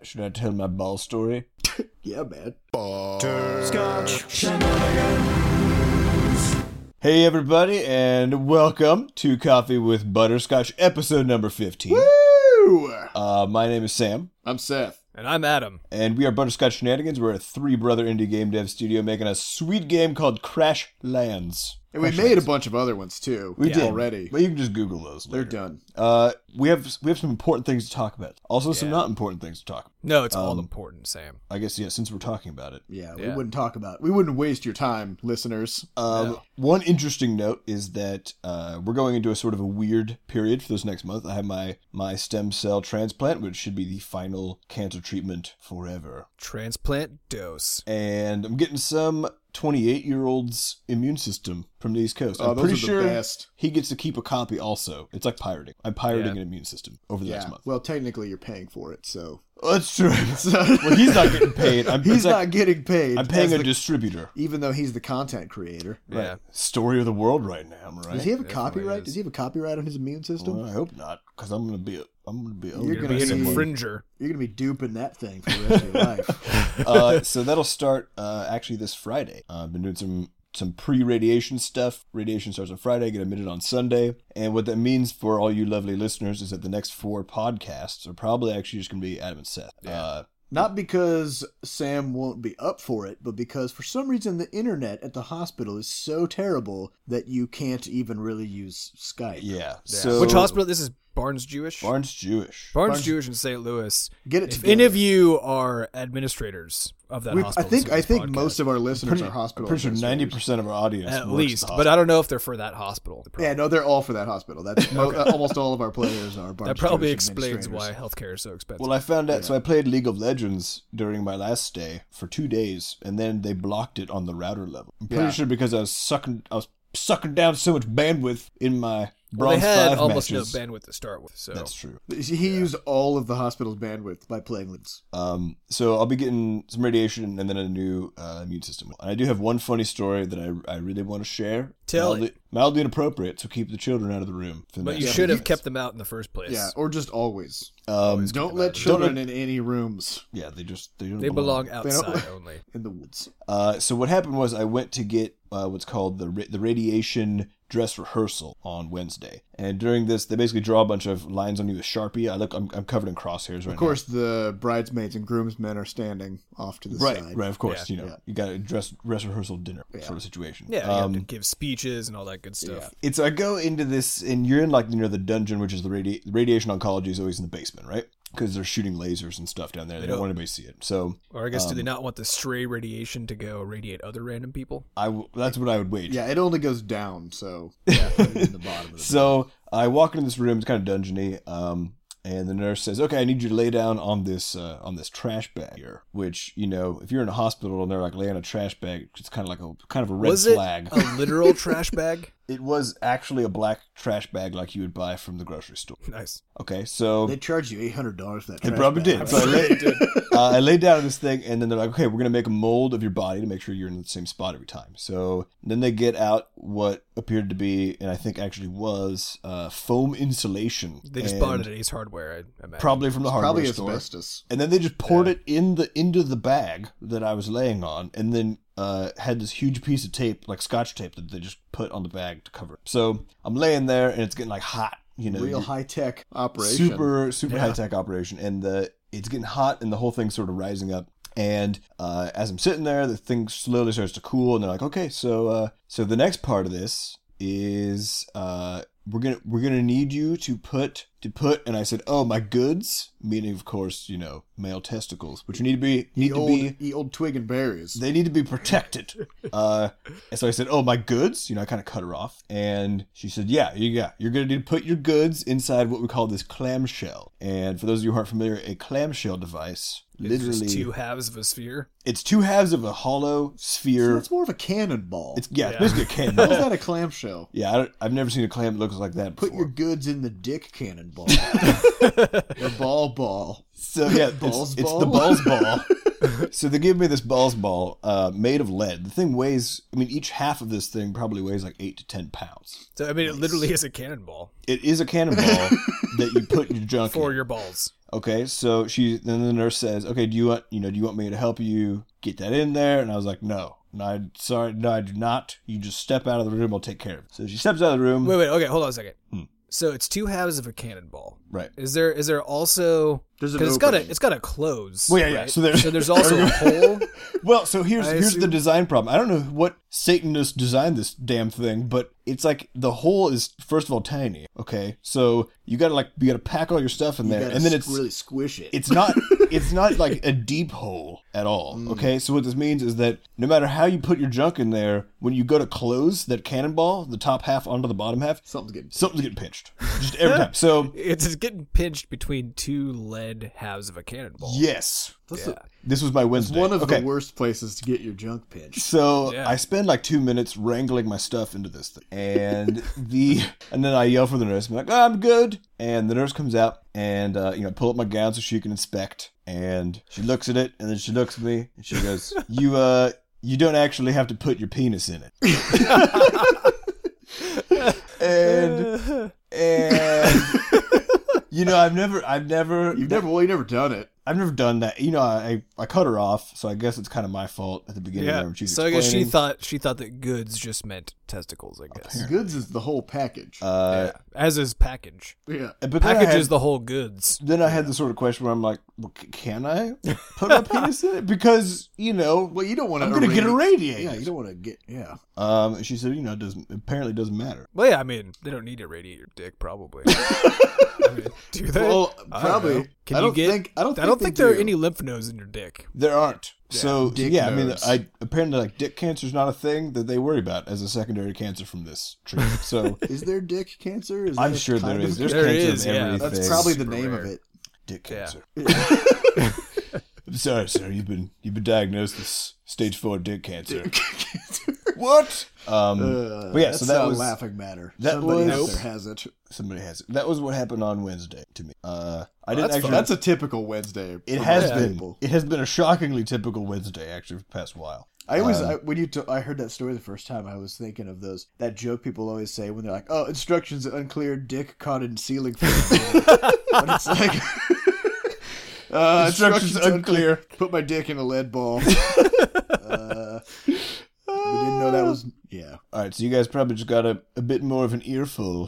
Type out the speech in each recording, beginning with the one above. Should I tell my ball story? Yeah, man. Hey, everybody, and welcome to Coffee with Butterscotch, episode number 15. Woo! Uh, my name is Sam, I'm Seth. And I'm Adam. and we are Butterscotch Shenanigans. We're a three brother indie game dev studio making a sweet game called Crash Lands. And we made a bunch of other ones too. We did. already. But you can just Google those. They're later. done. Uh, we have we have some important things to talk about. Also, some Yeah. not important things to talk. about. No, it's all Um, important, Sam. I guess yeah, since we're talking about it. Yeah, we Yeah. wouldn't talk about. We wouldn't waste your time, listeners. Um, No. One interesting note is that uh, we're going into a sort of a weird period for this next month. I have my my stem cell transplant, which should be the final cancer treatment forever, Transplant dose. and I'm getting some 28 year old's immune system from the East Coast. oh, I'm those are pretty the sure best. he gets to keep a copy. Also, it's like pirating. I'm pirating Yeah. an immune system over the Yeah. next month. Well, technically, you're paying for it, so. That's true. so well, he's not getting paid. I'm, he's it's like- not getting paid. I'm paying as a the- distributor. even though he's the content creator. Yeah. Story of the world right now, right? Does he have a Definitely copyright? is. Does he have a copyright on his immune system? Well, I hope not, because I'm gonna be a, I'm gonna be. You're You're, gonna gonna be an see- infringer. You're gonna be duping that thing for the rest of your life. uh, so that'll start uh, actually this Friday. Uh, I've been doing some some pre-radiation stuff. Radiation starts on Friday, get admitted on Sunday, and what that means for all you lovely listeners is that the next four podcasts are probably actually just going to be Adam and Seth. Yeah. Uh, Not because Sam won't be up for it, but because for some reason the internet at the hospital is so terrible that you can't even really use Skype. yeah. Yeah. So Which hospital? This is Barnes Jewish? Barnes Jewish. Barnes, Jewish in St. Louis. Get it If together. any of you are administrators of that We- I hospital, think I think most most of our listeners are I'm hospital. pretty sure ninety administrators. percent of our audience at works least, the but I don't know if they're for that hospital. Yeah, no, they're all for that hospital. That's mo- uh, almost all of our players are. Barnes that probably Jewish explains administrators. why healthcare is so expensive. Well, I found out. So I played League of Legends during my last stay for two days, and then they blocked it on the router level. I'm pretty Yeah. sure because I was sucking, I was sucking down so much bandwidth in my Well, they bronze had five almost matches. no bandwidth to start with, so That's true. He used all of the hospital's bandwidth by playing Lids. Um, so I'll be getting some radiation and then a new uh, immune system. And I do have one funny story that I, I really want to share. Tell mildly, mildly inappropriate, so keep the children out of the room. For the but next you few should have minutes. kept them out in the first place. Yeah, or just always. Um, Don't let Don't children in any rooms yeah, they just they don't They belong They don't- outside only. in the woods. Uh, so what happened was I went to get uh, what's called the ra- the radiation dress rehearsal on Wednesday, and during this they basically draw a bunch of lines on you with Sharpie. I look, I'm, I'm covered in crosshairs right now. Of course, the bridesmaids and groomsmen are standing off to the right, side. right. Of course, Yeah. you know Yeah. you got a dress dress rehearsal dinner sort of situation. Yeah, you have Um, to give speeches and all that good stuff. it's I go into this and you're in like you know the dungeon, which is the radi- radiation oncology is always in the basement, right? Because they're shooting lasers and stuff down there. They, don't don't- want anybody to see it. So Or I guess Um, do they not want the stray radiation to go radiate other random people? I w- that's what I would wage. Yeah, it only goes down, so yeah, in the bottom of the So I walk into this room. It's kind of dungeony. Um, and the nurse says, "Okay, I need you to lay down on this uh, on this trash bag here." Which you know, if you're in a hospital and they're like lay on a trash bag, it's kind of like a kind of a red was flag. it a literal trash bag? It was actually a black trash bag like you would buy from the grocery store. Nice. Okay, so They charge you eight hundred dollars for that. They trash probably bag. did. So I laid, uh, I laid down on this thing, and then they're like, "Okay, we're gonna make a mold of your body to make sure you're in the same spot every time." So then they get out what appeared to be, and I think actually was, uh, foam insulation. They just and bought it at Ace Hardware, I imagine. probably from the hardware Probably store. asbestos. And then they just poured it in the into the bag that I was laying on, and then uh, had this huge piece of tape, like scotch tape, that they just put on the bag to cover it. So I'm laying there, and it's getting like hot, you know, Real you- high tech operation. super super high tech operation, and the it's getting hot, and the whole thing's sort of rising up. And uh, as I'm sitting there, the thing slowly starts to cool, and they're like, "Okay, so uh, so the next part of this is uh, we're gonna we're gonna need you to put to put." And I said, "Oh, my goods," meaning of course, you know, male testicles, which need to be need Ye to old, be ye old twig and berries. they need to be protected. Uh, and so I said, "Oh, my goods." You know, I kind of cut her off, and she said, "Yeah, you yeah, you're gonna need to put your goods inside what we call this clamshell." And for those of you who aren't familiar, a clamshell device It's literally just two halves of a sphere. it's two halves of a hollow So sphere. that's more of a cannonball. it's yeah, Yeah. it's basically a How is cannonball. that a clamshell? yeah, I don't, I've never seen a clam that looks like that Put before. your goods in the dick cannonball. the ball ball. So yeah, it's, Balls it's ball? the balls ball. so they give me this balls ball uh, made of lead. The thing weighs, I mean, each half of this thing probably weighs like eight to ten pounds. So I mean, it literally is a cannonball it is a cannonball that you put your junk for in. your balls. Okay, so she then the nurse says, "Okay, do you want you know do you want me to help you get that in there?" And I was like, "No, no, I sorry, no, I do not. You just step out of the room. I'll take care of it." So she steps out of the room. Wait, wait, okay, hold on a second. Hmm. So it's two halves of a cannonball. Right. Is there is there also There's an because it's got a opening. it's got a close. Well, yeah, yeah, right? so there's- also a hole. Well, so here's I here's the assume- design problem. I don't know what Satanist designed this damn thing, but it's like the hole is first of all tiny. Okay, so you gotta like you gotta pack all your stuff in You there, gotta and then s- it's really squish it. it's not it's not like a deep hole at all. Mm. Okay, so what this means is that no matter how you put your junk in there, when you go to close that cannonball, the top half onto the bottom half, something's getting. something's getting pinched just every time. So It's it's getting pinched between two lead halves of a cannonball. yes, That's Yeah. a- this was my Wednesday. one of okay. the worst places to get your junk pinched. So Yeah. I spend like two minutes wrangling my stuff into this thing, and the and then I yell for the nurse. I'm like, "Ah, I'm good, and the nurse comes out and uh, you know I pull up my gown so she can inspect, and she looks at it, and then she looks at me, and she goes, "You uh, you don't actually have to put your penis in it." and and you know I've never I've never You've never, well, you never done it. I've never done that. You know I I cut her off, so I guess it's kind of my fault at the beginning. yeah. there when she was So I guess she explaining. thought she thought that goods just meant testicles. I guess. Goods is the whole package. Uh, Yeah. As is package. yeah. But then I Package had, is the whole goods. then I had the sort of question where I'm like, well, c- can I put my penis in it? Because you know, Well, you don't want to. I'm gonna get irradiated. Yeah, you don't want to get. Yeah. Um, and she said, you know, it doesn't apparently it doesn't matter. Well, yeah, I mean, they don't need to radiate your dick, probably. I mean, do they? Well, I don't know. probably. Can I you don't get- think. I don't. I don't they think there are do. any lymph nodes in your dick. There aren't. so Dick yeah, nerves. I mean, I apparently like dick cancer is not a thing that they worry about as a secondary cancer from this treatment. So Is there dick cancer? Is I'm that sure there kind of- is. There's There cancer is, of yeah. everything. That's things. probably the Super name rare. of it. dick Yeah. cancer. I'm sorry, sir. You've been you've been diagnosed with stage four dick cancer. what? Um, Uh, But yeah, that's so that not was- laughing matter. that Somebody was- out Nope. there has it. somebody has it. That was what happened on Wednesday to me. Uh, I didn't That's, actually. that's a typical Wednesday. for It has most been. people. It has been a shockingly typical Wednesday, actually, for the past while. I always Um, I, when you t- I heard that story the first time, I was thinking of those that joke people always say when they're like, "Oh, instructions unclear, dick caught in ceiling fan." but it's like. Uh, Instructions instructions unclear. Put my dick in a lead ball. uh, we didn't know that was yeah. All right, so you guys probably just got a, a bit more of an earful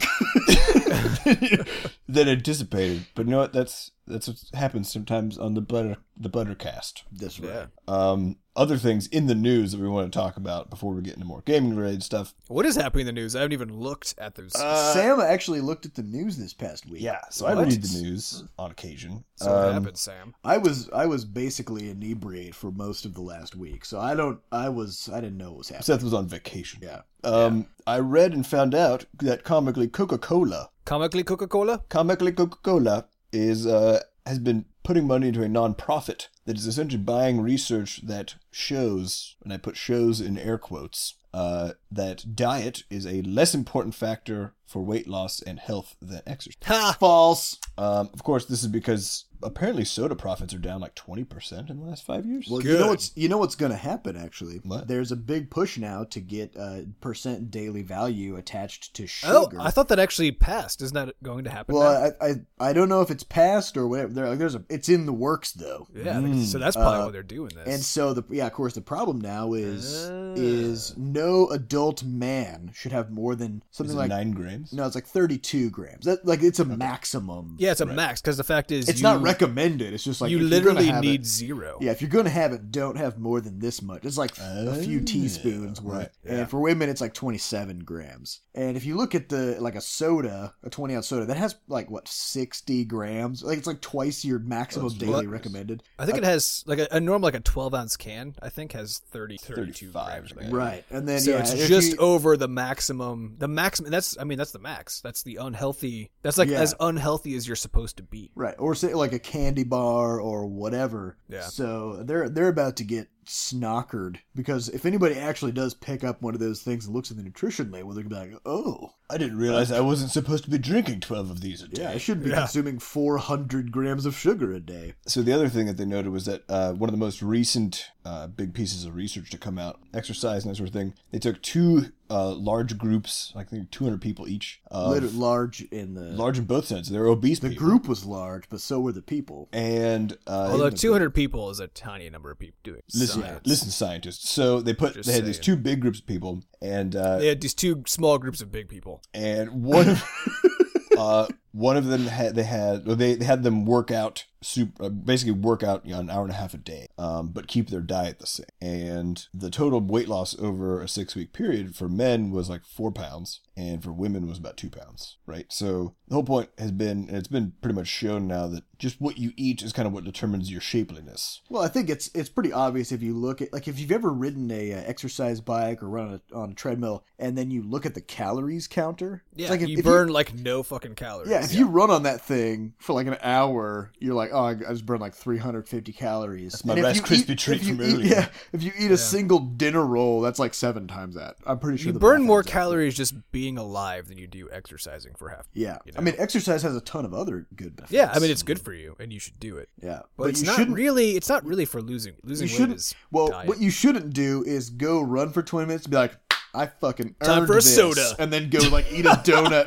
than anticipated, but you know what? That's that's what happens sometimes on the butter the buttercast. This right. Yeah. Um, other things in the news that we want to talk about before we get into more gaming related stuff. What is happening in the news? I haven't even looked at those. Uh, Sam actually looked at the news this past week. Uh, Yeah, so I What? read the news on occasion. so what Um, happened, Sam? I was I was basically inebriate for most of the last week, so I don't I was I didn't know what was happening. Seth was on vacation. yeah, Um, I read and found out that comically Coca Cola Comically Coca Cola? Comically Coca-Cola is uh, has been putting money into a nonprofit that is essentially buying research that shows, and I put shows in air quotes, uh, that diet is a less important factor for weight loss and health than exercise. Ha! false. Um, of course, this is because apparently soda profits are down like twenty percent in the last five years. Well, you Good. know what's you know what's going to happen actually. What? There's a big push now to get uh, percent daily value attached to Oh, sugar. I thought that actually passed. Isn't that going to happen? now? well, uh, I, I I don't know if it's passed or whatever. There, like, there's a it's in the works though. yeah, I think- Mm. so that's probably Uh, why they're doing this. And so the yeah, of course, the problem now is Ah. is no adult man should have more than is something it like nine grams? no, it's like thirty two grams. That like it's a maximum. yeah, it's a max because the fact is, it's you, not recommended. It's just like you if you're gonna literally have need It, zero. yeah, if you're gonna have it, don't have more than this much. It's like a few Oh, teaspoons worth. right. Yeah. And for women, it's like 27 grams. And if you look at the like a soda, a 20 ounce soda that has like what 60 grams, like it's like twice your maximum That's daily ludicrous. recommended. I think it has like a, a normal like a 12 ounce can. I think has 30, 32 35, grams. I think. Yeah. Right, and then so yeah, it's if just you- over the maximum. The maximum. That's I mean that's the max. That's the unhealthy. That's like Yeah. as unhealthy as you're supposed to be. Right, or say like a candy bar or whatever. Yeah. So they're they're about to get snockered because if anybody actually does pick up one of those things and looks at the nutrition label, they're gonna be like, "Oh, I didn't realize I wasn't supposed to be drinking 12 of these a day. yeah, I shouldn't be Yeah. consuming 400 grams of sugar a day." So the other thing that they noted was that uh, one of the most recent uh, big pieces of research to come out, exercise and that sort of thing, they took two uh, large groups, like I think 200 people each, of, Lit- large in the large in both senses. They're obese the people. group was large, but so were the people. And uh, Although 200 people is a tiny number of people doing listen, science. listen, scientists. So they put Just they had these two saying. big groups of people, and uh, They had these two small groups of big people. and one of, uh, one of them had they had well, they, they had them work out super, uh, basically work out you know, an hour and a half a day um, but keep their diet the same and the total weight loss over a six week period for men was like four pounds and for women was about two pounds right so the whole point has been and it's been pretty much shown now that just what you eat is kind of what determines your shapeliness Well, I think it's it's pretty obvious if you look at like if you've ever ridden a uh, exercise bike or run a, on a treadmill and then you look at the calories counter. it's Yeah, like if- you if burn like no fucking calories. yeah, if you run on that thing for like an hour, you're like, oh, I I just burned like 350 calories. That's my if last you crispy eat- treat if you from eat- earlier. Yeah, if you eat a single dinner roll, that's like seven times that. I'm pretty sure You the burn math more adds up. calories just being alive than you do exercising for half. Yeah, you I know. mean, exercise has a ton of other good benefits. Yeah, I mean it's good for you and you should do it. yeah, But, it's you not shouldn't really it's not really for losing losing you weight shouldn't. is well, diet. what you shouldn't do is go run for twenty minutes and be like, "I fucking Time earned for a this," soda. and then go like eat a donut.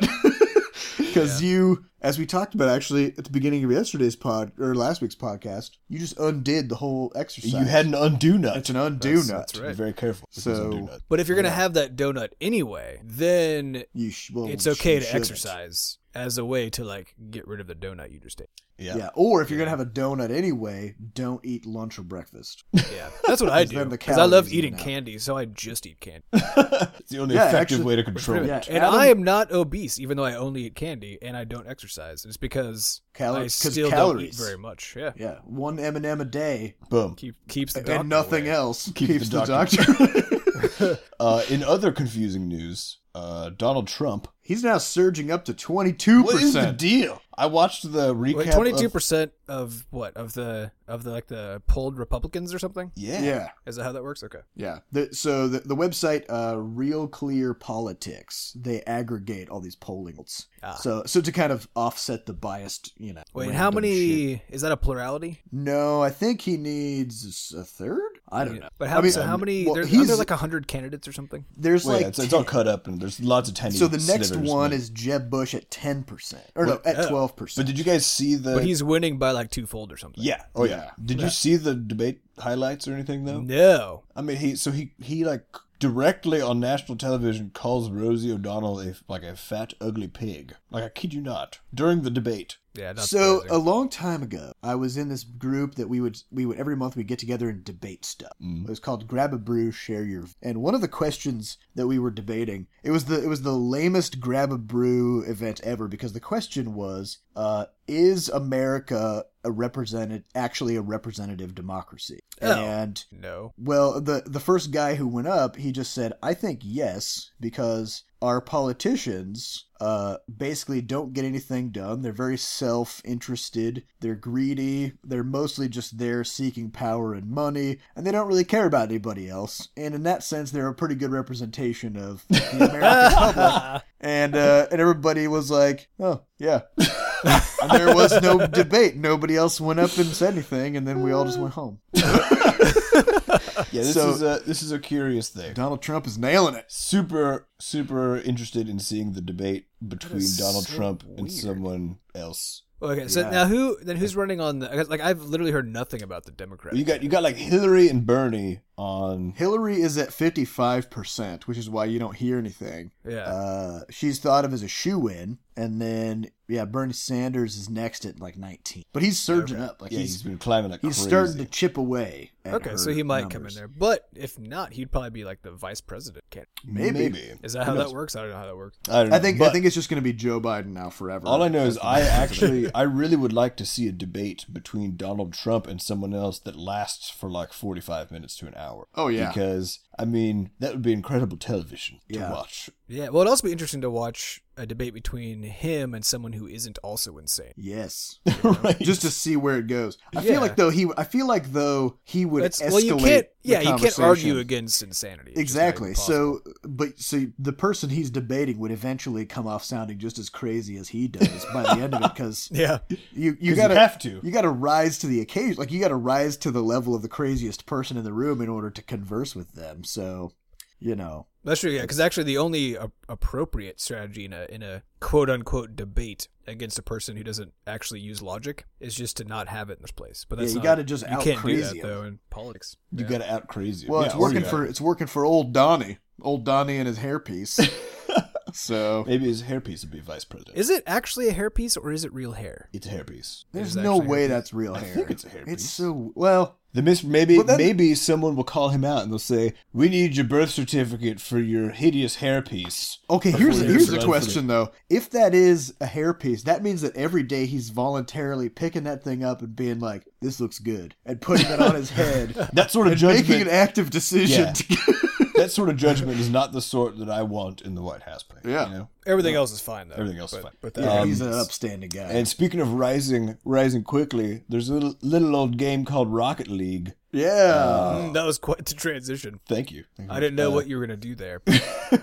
Because you, as we talked about actually at the beginning of yesterday's pod or last week's podcast, you just undid the whole exercise. you had an undo nut it's an undo That's- nut. that's right. be very careful with these So- undo nuts. But if you're gonna have that donut anyway, then You sh- well, it's you okay to shouldn't. exercise as a way to like get rid of the donut you just ate. yeah, Yeah. or if you're gonna have a donut anyway, don't eat lunch or breakfast. Yeah, that's what I 'Cause then do the because I love calories eating even out. candy, so I just eat candy. it's the only Yeah, effective actually- way to control it Yeah, and Adam- I am not obese, even though I only eat candy and I don't exercise. It's because Calo- I 'cause still don't calories. eat very much. Yeah, Yeah, one M and m a day boom Keep, keeps the doctor and nothing away. else Keep keeps the the doctor- doctor. Uh, in other confusing news, uh, Donald Trump. He's now surging up to twenty two What is the percent. deal? I watched the recap. Wait, of- twenty-two percent of what of the of the like the polled Republicans or something? Yeah. Yeah, Is that how that works? Okay. yeah. The, so the, the website, uh, Real Clear Politics, they aggregate all these pollings. Ah. So so to kind of offset the biased, you know. Wait, how random shit. many? Is that a plurality? No, I think he needs a third. I don't know. But how? I mean, so how um, many? well, there's he's- aren't there like hundred candidates or something. There's Well, yeah, like it's, it's all 10. cut up, and there's lots of tiny. So the next slivers. one is Jeb Bush at ten percent, or no, What- at yeah. twelve But percent. did you guys see the? But he's winning by like twofold or something. yeah. Oh yeah. Uh, Yeah. Did you see the debate highlights or anything though? No. I mean, he so he he like directly on national television calls Rosie O'Donnell a like a fat ugly pig. Like I kid you not. During the debate. Yeah. Not so uh, surprising. a long time ago, I was in this group that we would we would every month we get together and debate stuff. Mm. It was called Grab a Brew, Share Your. And one of the questions that we were debating it was the it was the lamest Grab a Brew event ever because the question was, uh, is America a represented actually a representative democracy? Oh. And no. well, the the first guy who went up, he just said, "I think yes, because our politicians uh, basically don't get anything done. They're very self-interested. They're greedy. They're mostly just there seeking power and money, and they don't really care about anybody else. And in that sense, they're a pretty good representation of the American public." And uh, and everybody was like, "Oh, yeah." and there was no debate. Nobody else went up and said anything, and then we all just went home. Yeah. This So- is a this is a curious thing. Donald Trump is nailing it. super super interested in seeing the debate between is Donald so Trump and weird. someone else. Okay. So Yeah. now who? Then who's running on the? I guess, Like I've literally heard nothing about the Democrats. You got you got like Hillary and Bernie on. Hillary is at 55%, which is why you don't hear anything. Yeah. Uh, she's thought of as a shoe in. And then, yeah, Bernie Sanders is next at like 19. But he's surging up. Like Yeah, he's he's, been climbing like he's crazy. starting to chip away. At okay. So her he might come numbers. in there, but if not, he'd probably be like the vice president. Candidate. maybe. Is that how Who that knows? works? I don't know how that works. I don't know. I think But I think it's just going to be Joe Biden now forever. all I know is That's the I vice president. actually I really would like to see a debate between Donald Trump and someone else that lasts for like forty five minutes to an hour. Oh, yeah. Because I mean that would be incredible television to Yeah. watch. Yeah, well, it'd also be interesting to watch a debate between him and someone who isn't also insane. Yes. right. Just to see where it goes. I Yeah. feel like though he I feel like though he would That's- escalate. well, you can't. the Yeah, you can't argue conversation. against insanity. It's just not even Exactly. So, but so the person he's debating would eventually come off sounding just as crazy as he does by the end of it, because possible. yeah, you you you gotta gotta have to. you gotta rise to the occasion. Like you gotta rise to the level of the craziest person in the room in order to converse with them. So, you know, that's true. Yeah, because actually, the only a- appropriate strategy in a in a quote unquote debate against a person who doesn't actually use logic is just to not have it in this place. But yeah, that's you not, gotta just you out can't do crazy that though in politics. You Yeah. gotta out crazy. Well, it's working for it's working for old Donnie, old Donnie and his hairpiece. so Maybe his hairpiece would be vice president. Is it actually a hairpiece or is it real hair? it's a hairpiece. there's It is no actually a way hairpiece. that's real I hair. think it's a hairpiece. It's so well. The mis- maybe But then- maybe someone will call him out and they'll say, "We need your birth certificate for your hideous hairpiece." Okay, Before here's you here's run a for question though. If that is a hairpiece, that means that every day he's voluntarily picking that thing up and being like, "This looks good," and putting it on his head, That sort of making an judgment. active decision. Yeah. to- that sort of judgment is not the sort that I want in the White House. Plan, Yeah. You know? Everything else is fine though. Everything else is But- fine. But that, yeah, Um, he's an upstanding guy. And speaking of rising, rising quickly, there's a little, little old game called Rocket League. yeah, Uh, Mm, that was quite the transition. Thank you. Thank you. I didn't know Uh, what you were gonna do there. a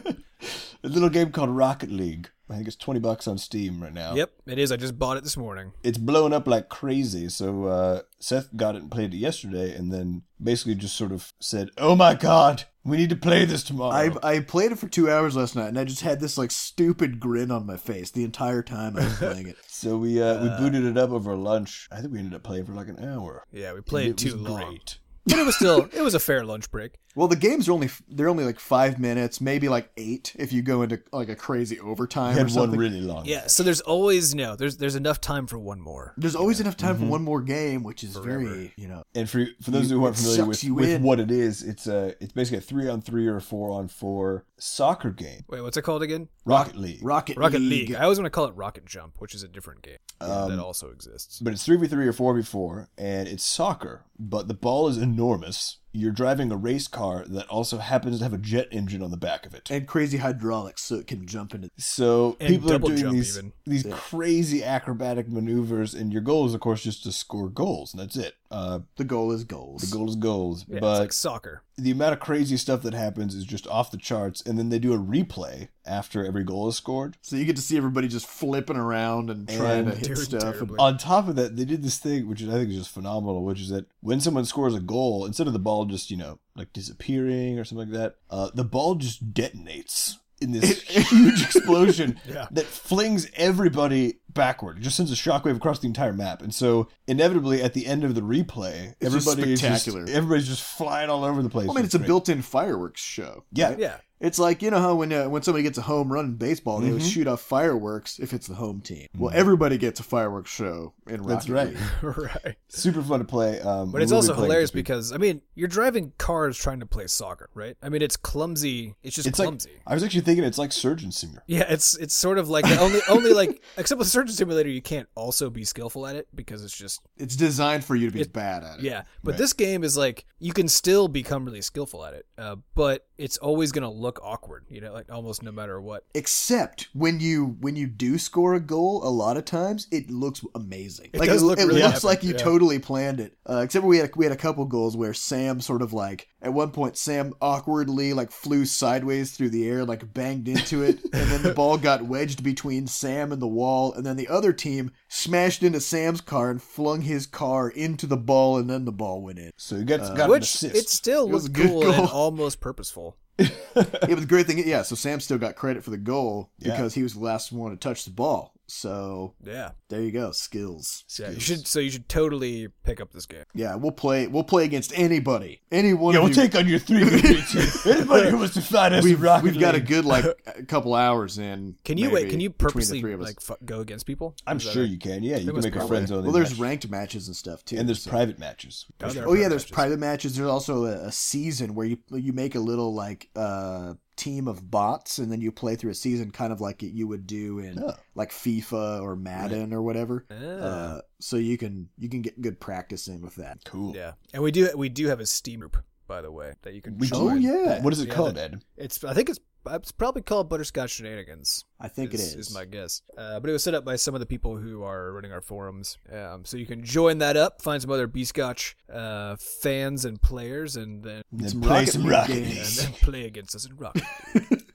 little game called Rocket League. I think it's twenty bucks on Steam right now. Yep, it is. I just bought it this morning. it's blowing up like crazy. So uh, Seth got it and played it yesterday, and then basically just sort of said, "Oh my god, we need to play this tomorrow." I I played it for two hours last night, and I just had this like stupid grin on my face the entire time I was playing it. so we uh, we booted it up over lunch. I think we ended up playing for like an hour. Yeah, we And played it too was long, Great. but it was still it was a fair lunch break. Well, the games are only they're only like five minutes, maybe like eight if you go into like a crazy overtime We or had one something. really long. Yeah, so there's always no there's there's enough time for one more. There's always enough time Mhm. for one more game, which is Forever. very you know And for for those You- who aren't it familiar sucks with, you with in. what it is, it's a it's basically a three on three or a four on four soccer game, Wait, what's it called again? Rocket League. Rocket Rocket League. I always want to call it Rocket Jump, which is a different game Um, that also exists. But it's 3v3 or 4v4, and it's soccer, but the ball is enormous. You're driving a race car that also happens to have a jet engine on the back of it. and crazy hydraulics, so it can jump into. So And people are double doing jump these, even. these Yeah. crazy acrobatic maneuvers, and your goal is, of course, just to score goals, and that's it. Uh, The goal is goals. the goal is goals. Yeah, but it's like soccer. the amount of crazy stuff that happens is just off the charts, and then they do a replay after every goal is scored. So you get to see everybody just flipping around and trying to And hit doing stuff. terribly. on top of that, they did this thing which I think is just phenomenal, which is that when someone scores a goal, instead of the ball just you know like disappearing or something like that, uh, the ball just detonates in this huge explosion Yeah. that flings everybody backward. It just sends a shockwave across the entire map, and so inevitably at the end of the replay, It's just everybody is just- spectacular. everybody's just flying all over the place. Well, I mean, it's a great. built-in fireworks show. yeah. Yeah. It's like you know how when uh, when somebody gets a home run in baseball, they always Mhm. shoot off fireworks if it's the home team. Well, Mhm. everybody gets a fireworks show in Rocket That's right. League. right. Super fun to play. Um, But we it's will be also playing it hilarious this week. because I mean, you're driving cars trying to play soccer, right? I mean, it's clumsy. It's just it's like clumsy. I was actually thinking it's like Surgeon Singer. yeah, it's it's sort of like the only only like except with Surgeon Simulator, you can't also be skillful at it because it's just It's designed for you to be It- bad at it. Yeah, but Right. this game is like you can still become really skillful at it, uh, but it's always gonna look awkward, you know, like almost no matter what. except when you when you do score a goal a lot of times it looks amazing It like does it, look it really looks epic, like you yeah. totally planned it uh, except we had a, we had a couple goals where sam sort of like at one point sam awkwardly like flew sideways through the air like banged into it and then the ball got wedged between sam and the wall and then the other team smashed into sam's car and flung his car into the ball and then the ball went in So you got, Uh, got an Which assist. it still It was looks a good cool and goal. almost purposeful. it was a great thing yeah so sam still got credit for the goal Yeah. because he was the last one to touch the ball so Yeah, there you go skills yeah. You Skills. should so you should totally pick up this game. Yeah, we'll play. We'll play against anybody. Anyone. yeah, we'll take on your three team. Anybody who wants to fight us, We've, in Rocket we've got a League. good like a couple hours in. Can you wait? maybe, Can you between the purposely three of us. like fu- go against people? I'm Is that sure right? you can. Yeah, you can must make be a a friends only. Well, there's match. ranked matches and stuff too. and there's so- private matches. Oh, there are Oh yeah, private there's matches. private matches. There's also a, a season where you you make a little like uh team of bots and then you play through a season kind of like you would do in Oh. like FIFA or Madden or whatever. Ah. Uh, so you can you can get good practice in with that. Cool. Yeah, and we do we do have a Steam group by the way that you can. We join. Oh, do? yeah. What is it Yeah, called, that- Ed? It's I think it's It's probably called Butterscotch Shenanigans. I think is, it is. is my guess. Uh, but it was set up by some of the people who are running our forums. Um, so you can join that up, find some other Beascotch uh, fans and players, and then Need Then some play Rocket some League Rocket games. League. and then play against us in Rocket.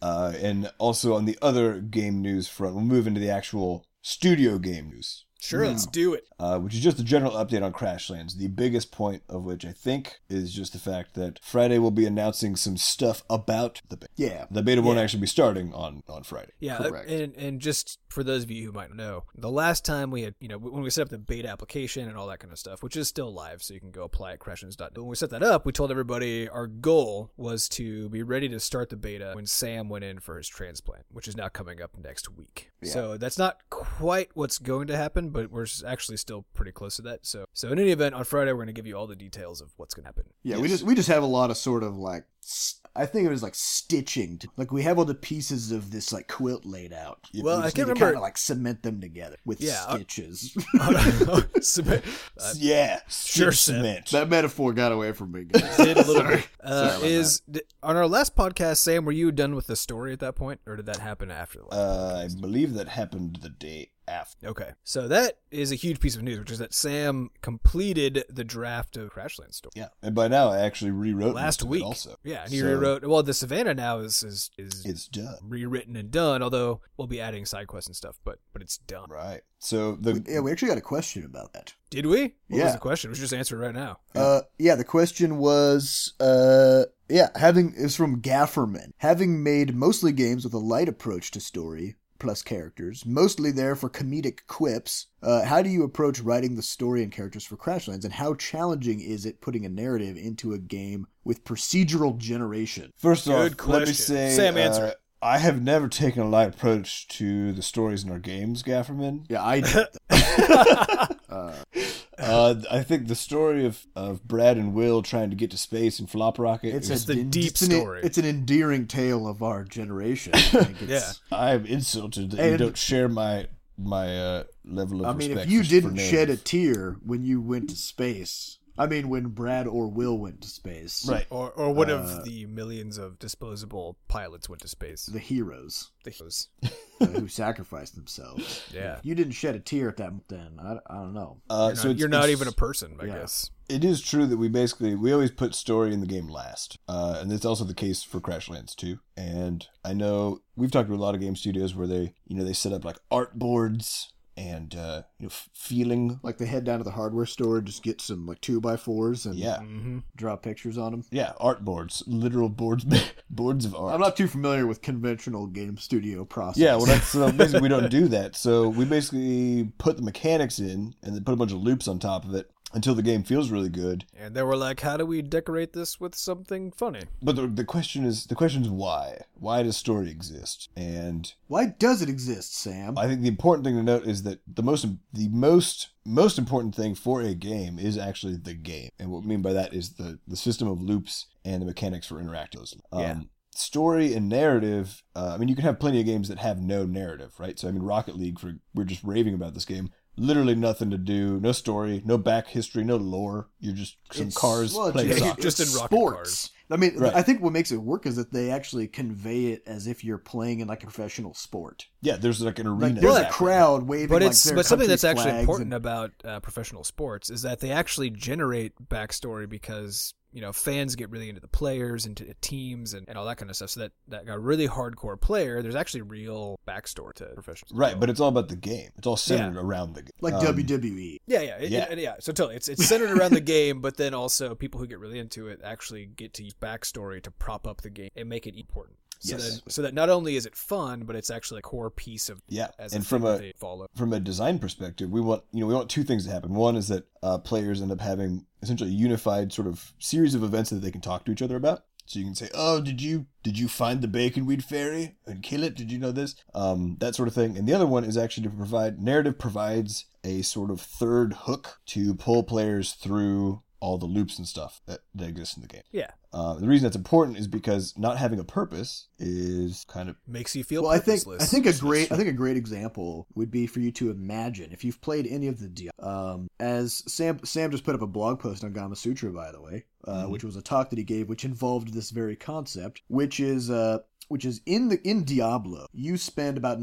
Uh, and also on the other game news front, we'll move into the actual studio game news. Sure, Hmm. let's do it. uh, which is just a general update on Crashlands. The biggest point of which I think is just the fact that Friday will be announcing some stuff about the beta. Yeah. The beta won't Yeah. actually be starting on on Friday. Yeah, uh, Correct. and and just for those of you who might not know, the last time we had, you know, when we set up the beta application and all that kind of stuff, which is still live, so you can go apply at crashlands.net. When we set that up, we told everybody our goal was to be ready to start the beta when Sam went in for his transplant, which is now coming up next week. Yeah. So that's not quite what's going to happen, but we're s- actually still pretty close to that. So, so in any event, on Friday we're going to give you all the details of what's going to happen. Yeah, we Yes. just we just have a lot of sort of like s- I think it was like stitching. To, like we have all the pieces of this like quilt laid out. Yep. Well, we I just can't need to remember- kinda, like cement them together with Yeah, uh, stitches. Submit- uh, yeah, sure, Stitch Seth. cement. that metaphor got away from me. Guys. did a little Sorry. bit. Uh, about is d on our last podcast, Sam, were you done with the story at that point, or did that happen after? The last Uh, I believe that happened the day after. Okay, so that is a huge piece of news, which is that Sam completed the draft of Crashland story Yeah, and by now I actually rewrote most last of it week. Also, yeah, and he So- rewrote. Well, the Savannah now is is is it's done. rewritten and done. Although we'll be adding side quests and stuff, but but it's done. Right. So the yeah, we actually got a question about that. Did we? What Yeah. was the question? We should just answer it right now. Uh, yeah, the question was, uh, yeah, having is from Gafferman. Having made mostly games with a light approach to story plus characters, mostly there for comedic quips. Uh, how do you approach writing the story and characters for Crashlands, and how challenging is it putting a narrative into a game with procedural generation? First off, Good let me question. say, Sam, answer uh, I have never taken a light approach to the stories in our games, Gafferman. Yeah, I did. uh, Uh, I think the story of, of Brad and Will trying to get to space and Flop Rocket it's, is a the den- deep it's an- story. it's an endearing tale of our generation. I think it's, Yeah. I am insulted that you And- don't share my my uh, level of I mean, if respect you for- didn't for shed a narrative. tear when you went to space, I mean, when Brad or Will went to space, right? Or or one Uh, of the millions of disposable pilots went to space. The heroes The heroes. uh, who sacrificed themselves. Yeah. If you didn't shed a tear at that. Then I, I don't know. Uh, You're not, so it's, you're not it's- even a person, I yeah. guess. It is true that we basically we always put story in the game last, uh, and that's also the case for Crashlands too. And I know we've talked to a lot of game studios where they you know they set up like art boards and uh, you know f- feeling. Like they head down to the hardware store, and just get some like two by fours and Yeah, hmm draw pictures on them. yeah, art boards, literal boards, boards of art. I'm not too familiar with conventional game studio process. Yeah, well, that's uh, basically we don't do that. So we basically put the mechanics in and then put a bunch of loops on top of it until the game feels really good. And they were like, "How do we decorate this with something funny?" But the, the question is the question is why? Why does story exist? And why does it exist, Sam? I think the important thing to note is that the most the most most important thing for a game is actually the game, and what we mean by that is the the system of loops and the mechanics for interacting. with those. Um, Yeah. Story and narrative. Uh, I mean, you can have plenty of games that have no narrative, right? So I mean, Rocket League. For we're just raving about this game. Literally nothing to do, no story, no back history, no lore. You're just some It's- cars well, playing just- soccer. just in it's rocket cars. I mean, Right. I think what makes it work is that they actually convey it as if you're playing in like a professional sport. Yeah, there's like an arena. Like there's a Exactly. crowd waving, But like, it's their but country something that's actually flags important and- about uh, professional sports is that they actually generate backstory because you know fans get really into the players into the teams and, and all that kind of stuff. So that that a really hardcore player, there's actually real backstory to professional. Right, but it's all about the game. It's all centered around the game. like E. Um, WWE. Yeah, yeah, it- Yeah. it- yeah. So totally, it's it's centered around the game, but then also people who get really into it actually get to use backstory to prop up the game and make it important. So, Yes. that, so that not only is it fun, but it's actually a core piece of Yeah, as and thing from that a they follow. from a design perspective, we want you know we want two things to happen. One is that uh, players end up having essentially a unified sort of series of events that they can talk to each other about. So you can say, "Oh, did you did you find the baconweed fairy and kill it? Did you know this?" Um, that sort of thing. And the other one is actually to provide narrative provides a sort of third hook to pull players through all the loops and stuff that, that exist in the game. Yeah. Uh, the reason that's important is because not having a purpose is kind of Makes you feel well, I think purposeless. I think a great I think a great example would be for you to imagine if you've played any of the Dia- um as Sam Sam just put up a blog post on Gama Sutra by the way, uh, Mm-hmm. Mhm. which was a talk that he gave which involved this very concept, which is uh which is in the in Diablo, you spend about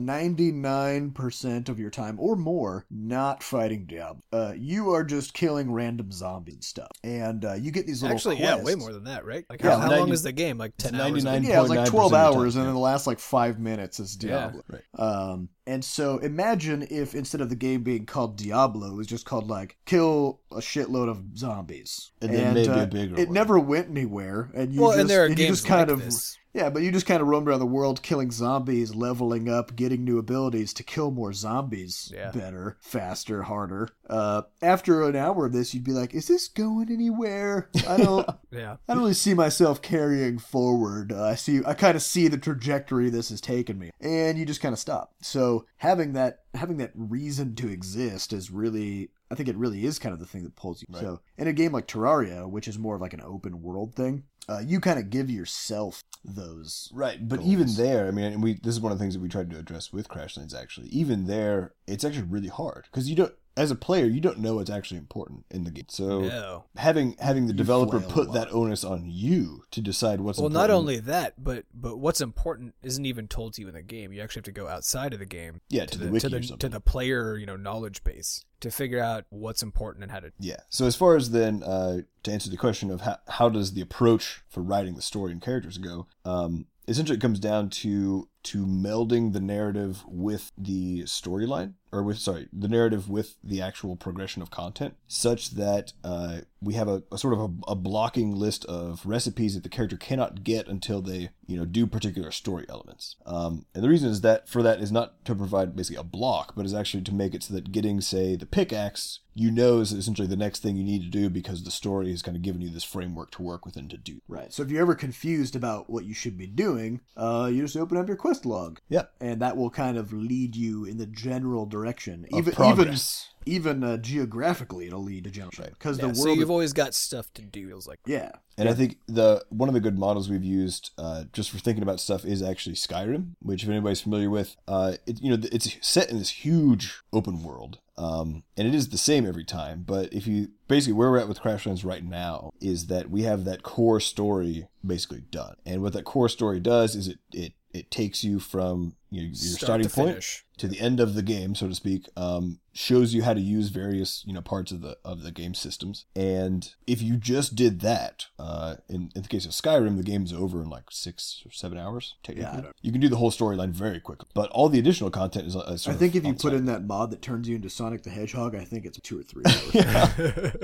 99% of your time or more not fighting Diablo. Uh, you are just killing random zombies and stuff. And uh, you get these little Actually, yeah, quests. way more than that, right? Like, Yeah, how, how 90 long is the game? Like ten hours. 99 yeah, it was like 12 9.9% of the hours, time, and yeah. then the last like five minutes is Yeah. Diablo. Right. Um, and so imagine if instead of the game being called Diablo, it was just called like kill a shitload of zombies, And then maybe uh, a bigger It one. never went anywhere, and you Well, just, and there are you games just kind like of this. yeah, but you just kind of roamed around the world killing zombies, leveling up, getting new abilities to kill more zombies Yeah. better, faster, harder. Uh, after an hour of this, you'd be like, "Is this going anywhere? I don't." Yeah. I don't really see myself carrying forward. Uh, I see, I kind of see the trajectory this has taken me, and you just kind of stop. So having that, having that reason to exist is really, I think it really is kind of the thing that pulls you. Right. So in a game like Terraria, which is more of like an open world thing, uh, you kind of give yourself those. Right, but goals. even there, I mean, and we this is one of the things that we tried to address with Crashlands. Actually, even there, it's actually really hard because you don't, as a player, you don't know what's actually important in the game. So No. having having the You developer flail a put lot. that onus on you to decide what's well, important. not only that, but but what's important isn't even told to you in the game. You actually have to go outside of the game yeah to to, the, the, wiki to the or to something. the player you know knowledge base to figure out what's important and how to. yeah. So as far as then uh, to answer the question of how how does the approach for writing the story and characters go, um, essentially it comes down to to melding the narrative with the storyline or with sorry the narrative with the actual progression of content such that uh, we have a, a sort of a, a blocking list of recipes that the character cannot get until they you know do particular story elements um, and the reason is that for that is not to provide basically a block but is actually to make it so that getting say the pickaxe you know is essentially the next thing you need to do because the story has kind of given you this framework to work within to do Right. So if you're ever confused about what you should be doing, uh, you just open up your quest log. Yeah. And that will kind of lead you in the general direction, Of even even progress. even uh, geographically, it'll lead to general Right. because Yeah, the so world. you've always got stuff to do. Feels like yeah, And I think the one of the good models we've used uh, just for thinking about stuff is actually Skyrim, which if anybody's familiar with, uh, it, you know it's set in this huge open world, um, and it is the same every time. But if you basically where we're at with Crashlands right now is that we have that core story basically done, and what that core story does is it it it takes you from you know, your start starting to point finish. to the end of the game, so to speak, um, shows you how to use various you know parts of the of the game systems. And if you just did that, uh, in, in the case of Skyrim, the game's over in like six or seven hours. Yeah, I Technically, don't- you can do the whole storyline very quickly. But all the additional content is. Uh, I sort think of if you on put top. in that mod that turns you into Sonic the Hedgehog, I think it's two or three hours.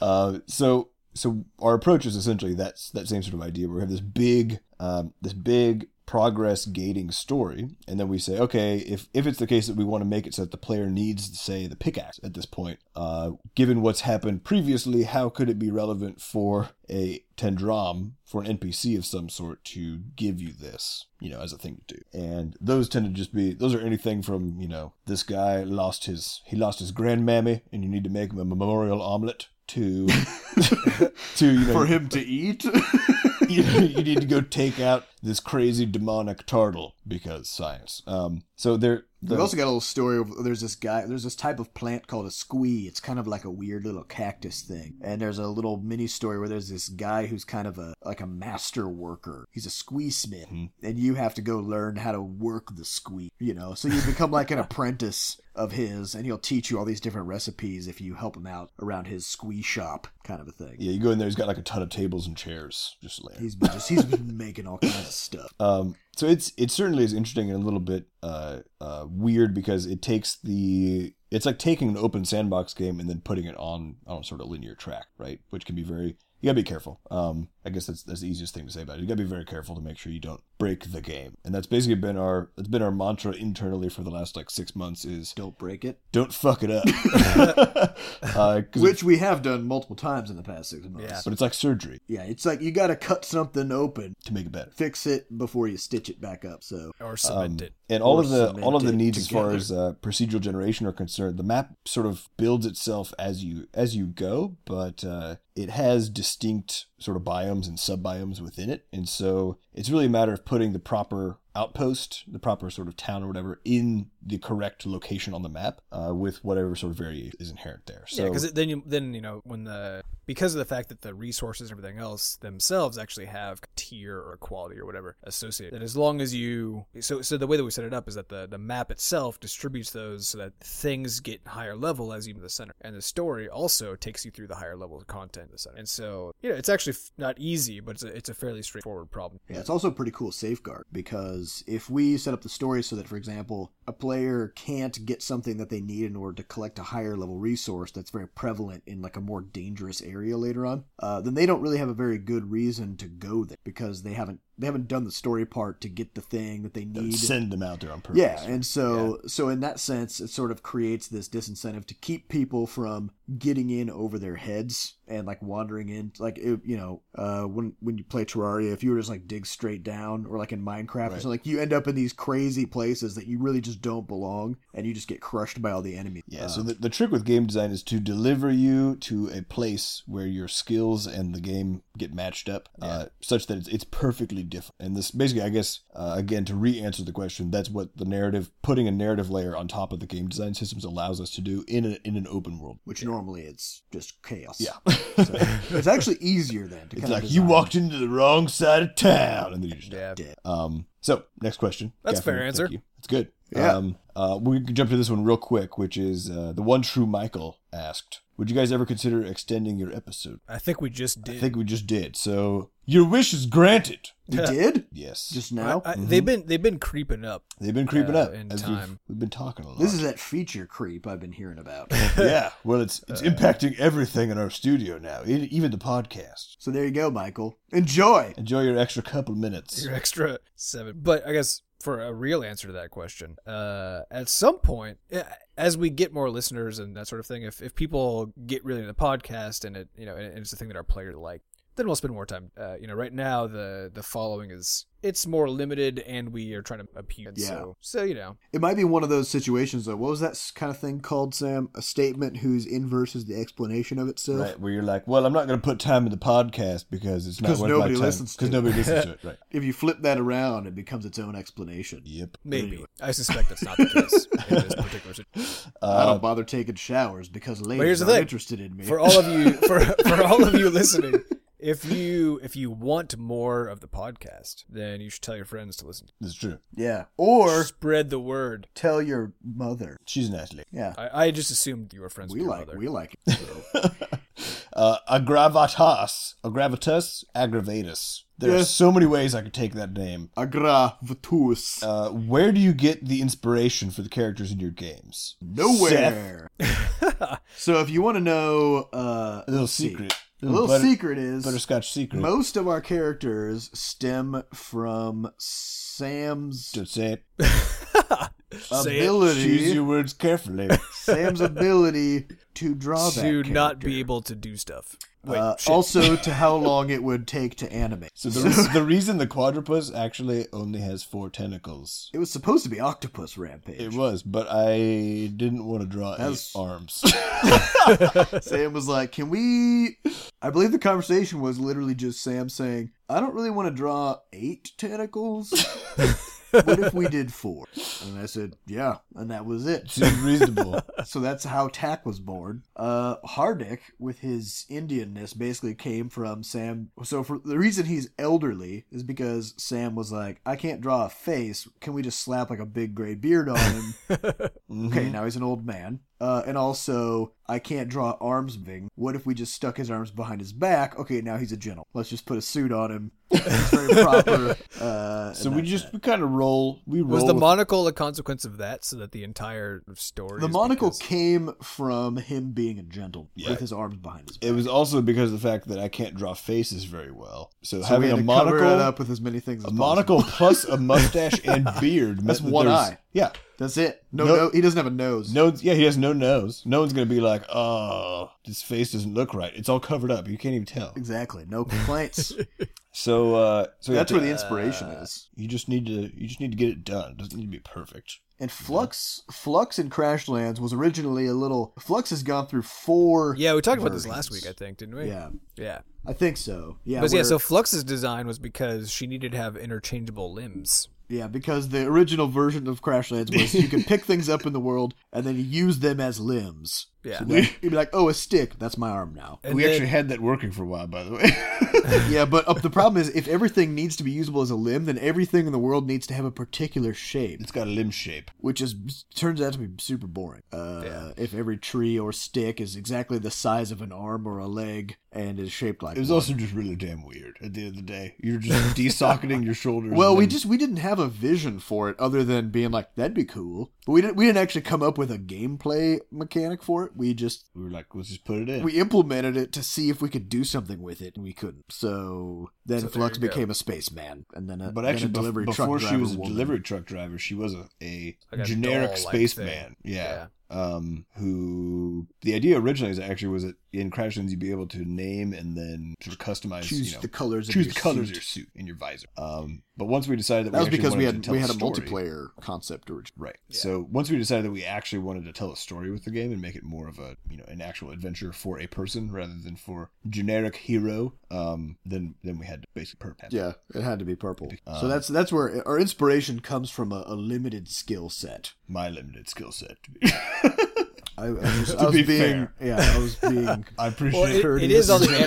Uh, so so our approach is essentially that's that same sort of idea where we have this big um, this big progress gating story and then we say okay if if it's the case that we want to make it so that the player needs say the pickaxe at this point uh given what's happened previously how could it be relevant for a tendram for an npc of some sort to give you this you know as a thing to do and those tend to just be those are anything from you know this guy lost his he lost his grandmammy and you need to make him a memorial omelet to to you know for him to eat. you, you need to go take out this crazy demonic turtle because science. Um, so there, the, We've also got a little story of there's this guy, there's this type of plant called a squee. It's kind of like a weird little cactus thing. And there's a little mini story where there's this guy who's kind of a like a master worker. He's a squee smith, Mhm. and you have to go learn how to work the squee. You know, so you become like an apprentice of his, and he'll teach you all these different recipes if you help him out around his squee shop, kind of a thing. yeah, you go in there. He's got like a ton of tables and chairs just laying. He's been just he's been making all kinds of stuff. Um, so it's it certainly is interesting and a little bit uh, uh, weird because it takes the it's like taking an open sandbox game and then putting it on on sort of linear track, right? Which can be very you gotta be careful. Um, I guess that's that's the easiest thing to say about it. You gotta be very careful to make sure you don't break the game, and that's basically been our it's been our mantra internally for the last like six months is Don't break it. don't fuck it up. uh, 'cause Which we have done multiple times in the past six months. Yeah. it's- but it's like surgery Yeah, it's like you got to cut something open, to make it better. fix it before you stitch it back up. So or cement Um, it. and all Or of the all of the cemented needs as far together. as uh, procedural generation are concerned, the map sort of builds itself as you as you go, but uh, it has distinct sort of biomes and subbiomes within it. And so it's really a matter of putting the proper outpost, the proper sort of town or whatever, in the correct location on the map uh, with whatever sort of variation is inherent there. So yeah, because then you then you know when the because of the fact that the resources and everything else themselves actually have tier or quality or whatever associated. And as long as you so so the way that we set it up is that the the map itself distributes those so that things get higher level as you move to the center, and the story also takes you through the higher level of content in the center. And so you know it's actually f- not easy, but it's a, it's a fairly straightforward problem. Yeah, it's also a pretty cool safeguard because if we set up the story so that, for example, a player can't get something that they need in order to collect a higher level resource that's very prevalent in like a more dangerous area later on, uh, then they don't really have a very good reason to go there because they haven't they haven't done the story part to get the thing that they need. send them out there on purpose. Yeah, and so so in that sense, it sort of creates this disincentive to keep people from getting in over their heads and like wandering in. Like it, you know, uh, when when you play Terraria, if you were just like dig straight down, or like in Minecraft, or Right. so like you end up in these crazy places that you really just don't belong, and you just get crushed by all the enemies. Yeah, Uh, so the, the trick with game design is to deliver you to a place where your skills and the game get matched up, uh, such that it's, it's perfectly different. And this basically, I guess, uh, again, to re answer the question, that's what the narrative, putting a narrative layer on top of the game design systems allows us to do in, a, in an open world. which normally it's just chaos. Yeah. so it's actually easier then to It's kind like of you design- walked into the wrong side of town, and then you just die. Yeah. Um, so next question. That's a fair thank answer. you. That's good. Yeah. Um, uh, we can jump to this one real quick, which is uh, the one true Michael asked. Would you guys ever consider extending your episode? I think we just I did. think we just did. So your wish is granted. You did Yes, just now. I- I- Mm-hmm. They've been they've been creeping up. they've been creeping Yeah, up in as We've, time. we've been talking a lot. this is that feature creep I've been hearing about. yeah. Well, it's it's Uh, impacting everything in our studio now, e even the podcast. so there you go, Michael. Enjoy. Enjoy your extra couple minutes. your extra seven. But I guess for a real answer to that question, uh, at some point, eh, as we get more listeners and that sort of thing, if, if people get really into the podcast and it you know and it's the thing that our players like, then we'll spend more time. Uh, you know, right now the the following is it's more limited and we are trying to appeal. Yeah. So so you know It might be one of those situations though. What was that s- kind of thing called, Sam? A statement whose inverse is the explanation of itself. Right, where you're like, well, I'm not going to put time in the podcast because it's not 'Cause worth nobody my time. listens to because it. nobody listens to it. Right. If you flip that around, it becomes its own explanation. Yep. maybe Anyway. I suspect that's not the case in this particular situation. I Uh, don't bother taking showers because here's ladies the are thing. interested in me. for all of you for for all of you listening if you if you want more of the podcast then you should tell your friends to listen it's true. yeah, or spread the word tell your mother. She's an athlete. Yeah, i, I just assumed you were friends we with your like mother we like it. So. Uh, aggravatas. Aggravatus. Aggravatus. There are Yes. so many ways I could take that name. Agravatus. Uh, where do you get the inspiration for the characters in your games? Nowhere. so if you want to know uh, A little let's see. secret. a little butter- secret is Butterscotch secret. Hmm. most of our characters stem from Sam's Don't say it. Say it Choose ability. your words carefully. Sam's ability to draw that to not character. be able to do stuff wait Uh, shit. also, to how long it would take to animate. So the, re- the reason the quadrupus actually only has four tentacles. It was supposed to be Octopus Rampage. It was, but I didn't want to draw his That's- arms. Sam was like, "Can we?" I believe the conversation was literally just Sam saying, "I don't really want to draw eight tentacles. what if we did four? And I said, "Yeah," and that was it. Seems reasonable. So that's how Tack was born. Uh, Hardick, with his Indianness, basically came from Sam. So for the reason he's elderly is because Sam was like, "I can't draw a face. Can we just slap like a big gray beard on him?" Mm-hmm. Okay, now he's an old man. Uh, and also, I can't draw arms moving. What if we just stuck his arms behind his back? Okay, now he's a gentle. Let's just put a suit on him. It's very proper. Uh, So and we that's just that. we kind of roll. We roll. was the with- monocle a consequence of that so that the entire story the is monocle because- came from him being a gentle Yeah. with his arms behind his back. it was also because of the fact that I can't draw faces very well. So, So we having had a to cover monocle, it up with as many things as a possible. monocle plus a mustache and beard. meant That's that one there's- eye. Yeah. That's it. No, No- no, he doesn't have a nose. No. Yeah. He has no nose. No one's gonna be like, oh, his face doesn't look right. It's all covered up. You can't even tell. Exactly. No complaints. Uh, So, uh, so That's where the yeah, inspiration is. you just need to you just need to get it done. It doesn't need to be perfect. And Flux, Flux and Crashlands was originally a little. Flux has gone through four. Yeah, we talked about this last versions. week, I think, didn't we? Yeah, Yeah. I think so. Yeah, But yeah, where- so Flux's design was because she needed to have interchangeable limbs. yeah, because the original version of Crashlands was you could pick things up in the world and then use them as limbs. Yeah. So you'd be like, oh, a stick. That's my arm now. And we then- actually had that working for a while, by the way. yeah, but uh, the problem is if everything needs to be usable as a limb, then everything in the world needs to have a particular shape, it's got a limb shape. which is turns out to be super boring. Uh, Yeah. If every tree or stick is exactly the size of an arm or a leg and is shaped like It was one. also just really damn weird. At the end of the day, you're just desocketing your shoulders. well, and we then- just we didn't have a vision for it other than being like that'd be cool, but we didn't we didn't actually come up with a gameplay mechanic for it. We just we were like, let's just put it in. we implemented it to see if we could do something with it, and we couldn't. So then So there Flux you go. became a spaceman, and then a, but then a actually, bef- delivery truck before she driver was a woman. delivery truck driver, she was a, a Like a generic doll-like spaceman. thing. Yeah. Um, who the idea originally is actually was that in Crashlands you'd be able to name and then sort of customize, choose you know, the colors. choose of the your colors of suit. your suit and your visor. Um, but once we decided that, That was we actually because we wanted to had tell we had a story- multiplayer concept originally. Right. Yeah. So once we decided that we actually wanted to tell a story with the game and make it more of a you know an actual adventure for a person rather than for generic hero, um, then then we had to basically perp. Yeah, it had to be purple. Um, so that's that's where our inspiration comes from a, a limited skill set. my limited skill set. I, I was, To I was be being fair. yeah, I was being I appreciate Well, it, it Security is on the is-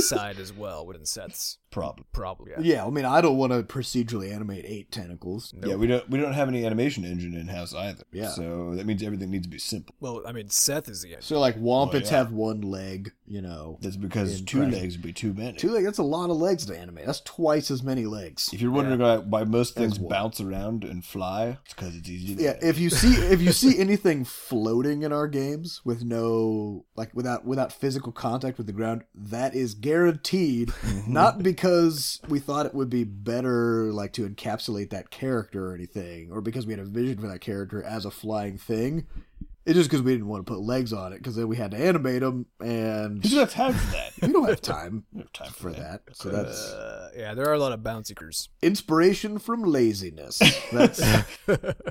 side as well, within sets. problem. Probably. Yeah. yeah. I mean, I don't want to procedurally animate eight tentacles. Nope. Yeah, we don't we don't have any animation engine in house either. Yeah. So that means everything needs to be simple. Well, I mean, Seth is the So like Wompets Oh, yeah. have one leg, you know. That's because In two Crash- legs would be too many. Two leg. That's a lot of legs to animate. That's twice as many legs. if you're wondering why, why most That's things one. bounce around and fly, it's because it's easy. to Yeah, if you see if you see anything floating in our games with no like without without physical contact with the ground, that is guaranteed. Not because we thought it would be better like to encapsulate that character or anything, or because we had a vision for that character as a flying thing. It's just because we didn't want to put legs on it because then we had to animate them, and Who's gonna have time for that? we don't have time We don't have time for that. So uh, that's yeah, there are a lot of bouncykers. inspiration from laziness. That's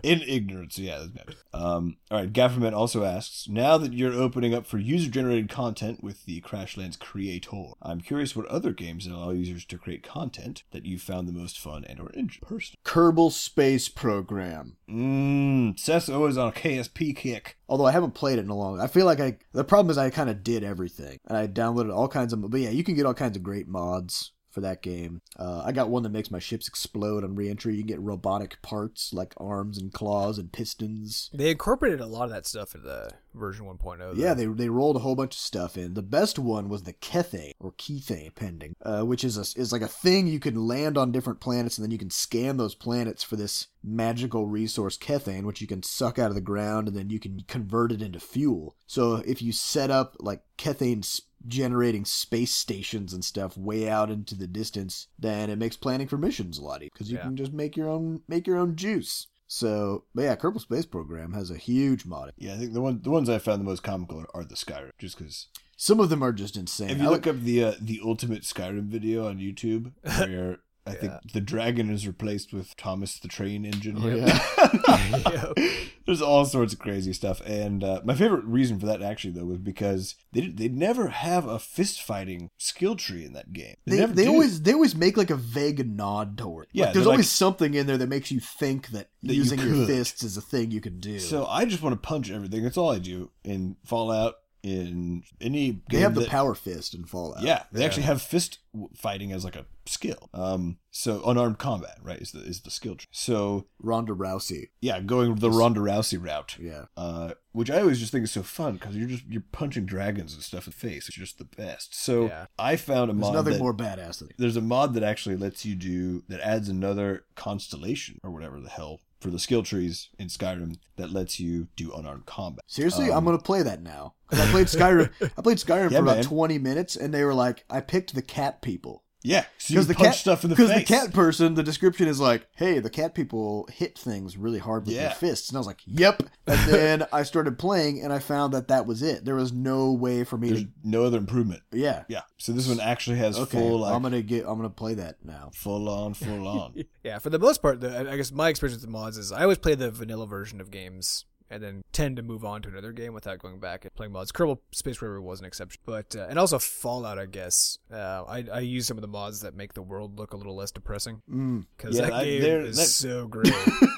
In ignorance, yeah. That's bad. Um, all right, Gafferman also asks, now that you're opening up for user-generated content with the Crashlands Creator, I'm curious what other games allow users to create content that you found the most fun and or interesting. Kerbal Space Program. Mmm, Seth's always on a KSP kick. Although I haven't played it in a long. I feel like I the problem is I kind of did everything and I downloaded all kinds of. But yeah, you can get all kinds of great mods for that game. Uh, I got one that makes my ships explode on reentry. You can get robotic parts like arms and claws and pistons. They incorporated a lot of that stuff in the version 1.0. though. Yeah, they, they rolled a whole bunch of stuff in. The best one was the Kethe or Kethe pending, uh, which is a, is like a thing you can land on different planets and then you can scan those planets for this magical resource Kethane, which you can suck out of the ground and then you can convert it into fuel. So if you set up like Kethane s- generating space stations and stuff way out into the distance, then it makes planning for missions a lot easier because you Yeah. can just make your own make your own juice. So, but yeah, Kerbal Space Program has a huge mod. Yeah, I think the one the ones I found the most comical are the Skyrim, just because. Some of them are just insane. If I you like- look up the uh, the ultimate Skyrim video on YouTube, where I think Yeah. the dragon is replaced with Thomas the Train Engine. Oh, Yep. There's all sorts of crazy stuff, and uh, my favorite reason for that actually though was because they did- they never have a fist fighting skill tree in that game. They, never they do. always they always make like a vague nod toward. Yeah, Yeah, there's they're always like- something in there that makes you think that, That you using your could. fists is a thing you can do. So I just want to punch everything. That's all I do in Fallout. In any game they have the that- power fist in Fallout. Yeah, they Yeah. actually have fist w- fighting as like a skill. Um, so unarmed combat, right, is the is the skill tree. So Ronda Rousey. yeah, going the Ronda Rousey route, Yeah, uh, which I always just think is so fun because you're just you're punching dragons and stuff in the face. It's just the best. So Yeah. I found a there's mod nothing that- more badass than it. there's a mod that actually lets you do that adds another constellation or whatever the hell for the skill trees in Skyrim that lets you do unarmed combat. Seriously, Um, I'm gonna play that now because I played Skyrim. I played Skyrim Yeah, for about man. 20 minutes, and they were like, I picked the cat people. Yeah, so you Because punch the cat stuff in the Because the face. cat person, the description is like, "Hey, the cat people hit things really hard with Yeah. their fists," and I was like, "Yep." And then I started playing, and I found that that was it. There was no way for me There's no other improvement. to. Yeah. Yeah, so this one actually has Okay. full like I'm gonna get. I'm gonna play that now. full on, full on. Yeah, for the most part, though, I I guess my experience with mods is I always play the vanilla version of games and then tend to move on to another game without going back and playing mods. Kerbal Space Railroad was an exception, but uh, and also Fallout, I guess. Uh, I I use some of the mods that make the world look a little less depressing Mm. because Yeah, that I- game there- is that- so great.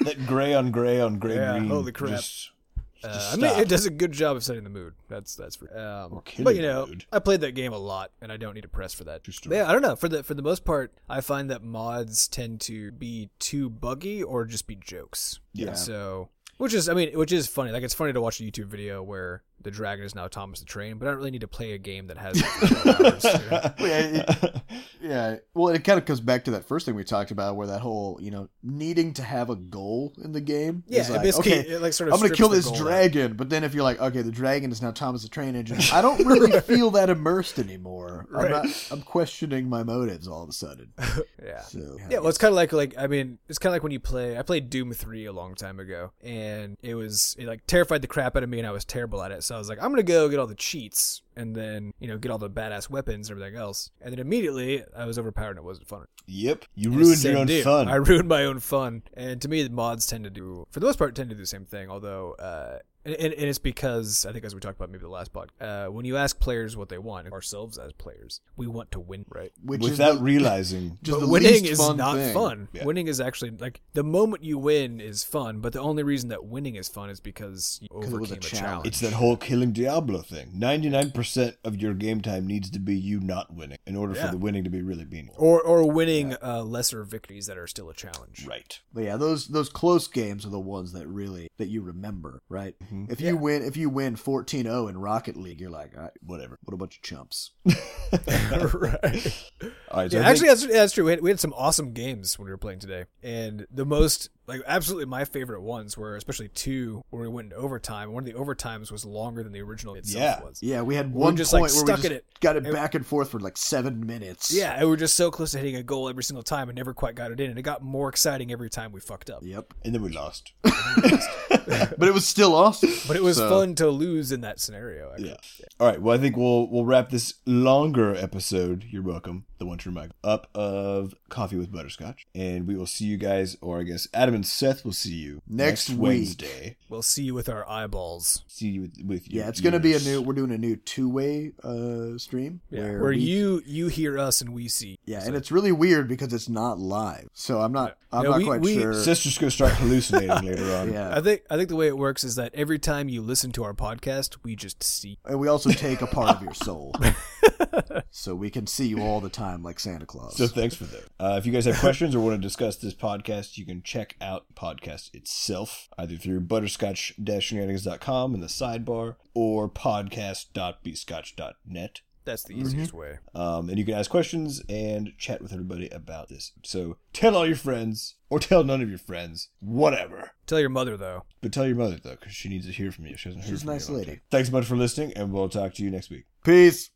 that gray on gray on gray Yeah, green. holy crap. just- Uh, just I mean, stop. it does a good job of setting the mood. That's that's for um, Or killing but you the know, mood. I played that game a lot, and I don't need a press for that. True story. Yeah, I don't know. For the for the most part, I find that mods tend to be too buggy or just be jokes. Yeah. So, which is, I mean, which is funny. Like, it's funny to watch a YouTube video where the dragon is now Thomas the Train, but I don't really need to play a game that has. hours, you know? Yeah. Well, it kind of comes back to that first thing we talked about, where that whole you know needing to have a goal in the game. Yeah, is it like, basically, okay, it, like sort of. I'm gonna strips kill the this goal out. dragon, but then if you're like, okay, the dragon is now Thomas the Train Engine, I don't really feel that immersed anymore. Right. I'm, not, I'm questioning my motives all of a sudden. Yeah. So Yeah, well, it's kind of like like I mean, it's kind of like when you play. I played Doom three a long time ago, and it was it like terrified the crap out of me, and I was terrible at it. So I was like, I'm gonna go get all the cheats, and then you know get all the badass weapons and everything else. And then immediately I was overpowered, and it wasn't fun. Yep, you It's the ruined same your own deal. fun. I ruined my own fun. And to me, the mods tend to do, for the most part, tend to do the same thing. Although, uh, and, and and it's because I think as we talked about maybe the last pod, uh, when you ask players what they want, ourselves as players, we want to win, right? which Without is the, realizing, just but the winning least is fun not thing. fun. Yeah. Winning is actually like the moment you win is fun, but the only reason that winning is fun is because you it was overcame a a challenge. challenge. it's that whole killing Diablo thing. Ninety-nine percent of your game time needs to be you not winning in order Yeah. for the winning to be really meaningful. or or winning uh, lesser victories that are still a challenge. Right. But yeah, those those close games are the ones that really that you remember, right? Mhm. If you win, if you win 14-0 in Rocket League, you're like, all right, Whatever. what a bunch of chumps. right. All right. So Yeah, I think- actually, that's, yeah, that's true. We had, we had some awesome games when we were playing today, and the most like absolutely my favorite ones were especially two where we went into overtime. One of the overtimes was longer than the original itself Yeah. was. Yeah, we had We're one just, like, point where stuck we just in it. got it And- back and forth for like seven minutes. Yeah, and we were just so close to hitting a goal every single time and never quite got it in, and it got more exciting every time we fucked up. Yep. and then we lost. But it was still awesome. But it was So- fun to lose in that scenario. Actually. Yeah. All right. Well, I think we'll we'll wrap this longer episode. You're welcome. The one true mic up of coffee with butterscotch, and we will see you guys, or I guess Adam and Seth will see you Next week. Wednesday. We'll see you with our eyeballs. See you with, with your Yeah, it's gonna be a ears. new. We're doing a new two-way uh stream Yeah. Where, where, we- you you hear us and we see. Yeah, and it's really weird because it's not live, so I'm not. I'm No, not we- quite we- sure. Sister's gonna start hallucinating later on. yeah, I think I think the way it works is that every time you listen to our podcast, we just see. and we also take a part of your soul, so we can see you all the time like Santa Claus. So thanks for that. Uh, if you guys have questions or want to discuss this podcast, you can check out the podcast itself either through butterscotch-shenanigans.com in the sidebar or podcast.bscotch.net. That's the Mm-hmm. easiest way. Um, and you can ask questions and chat with everybody about this. So tell all your friends or tell none of your friends, whatever. Tell your mother though. But tell your mother though, because she needs to hear from you. She hasn't heard She's a from you nice in a long lady. time. Thanks so much for listening, and we'll talk to you next week. Peace.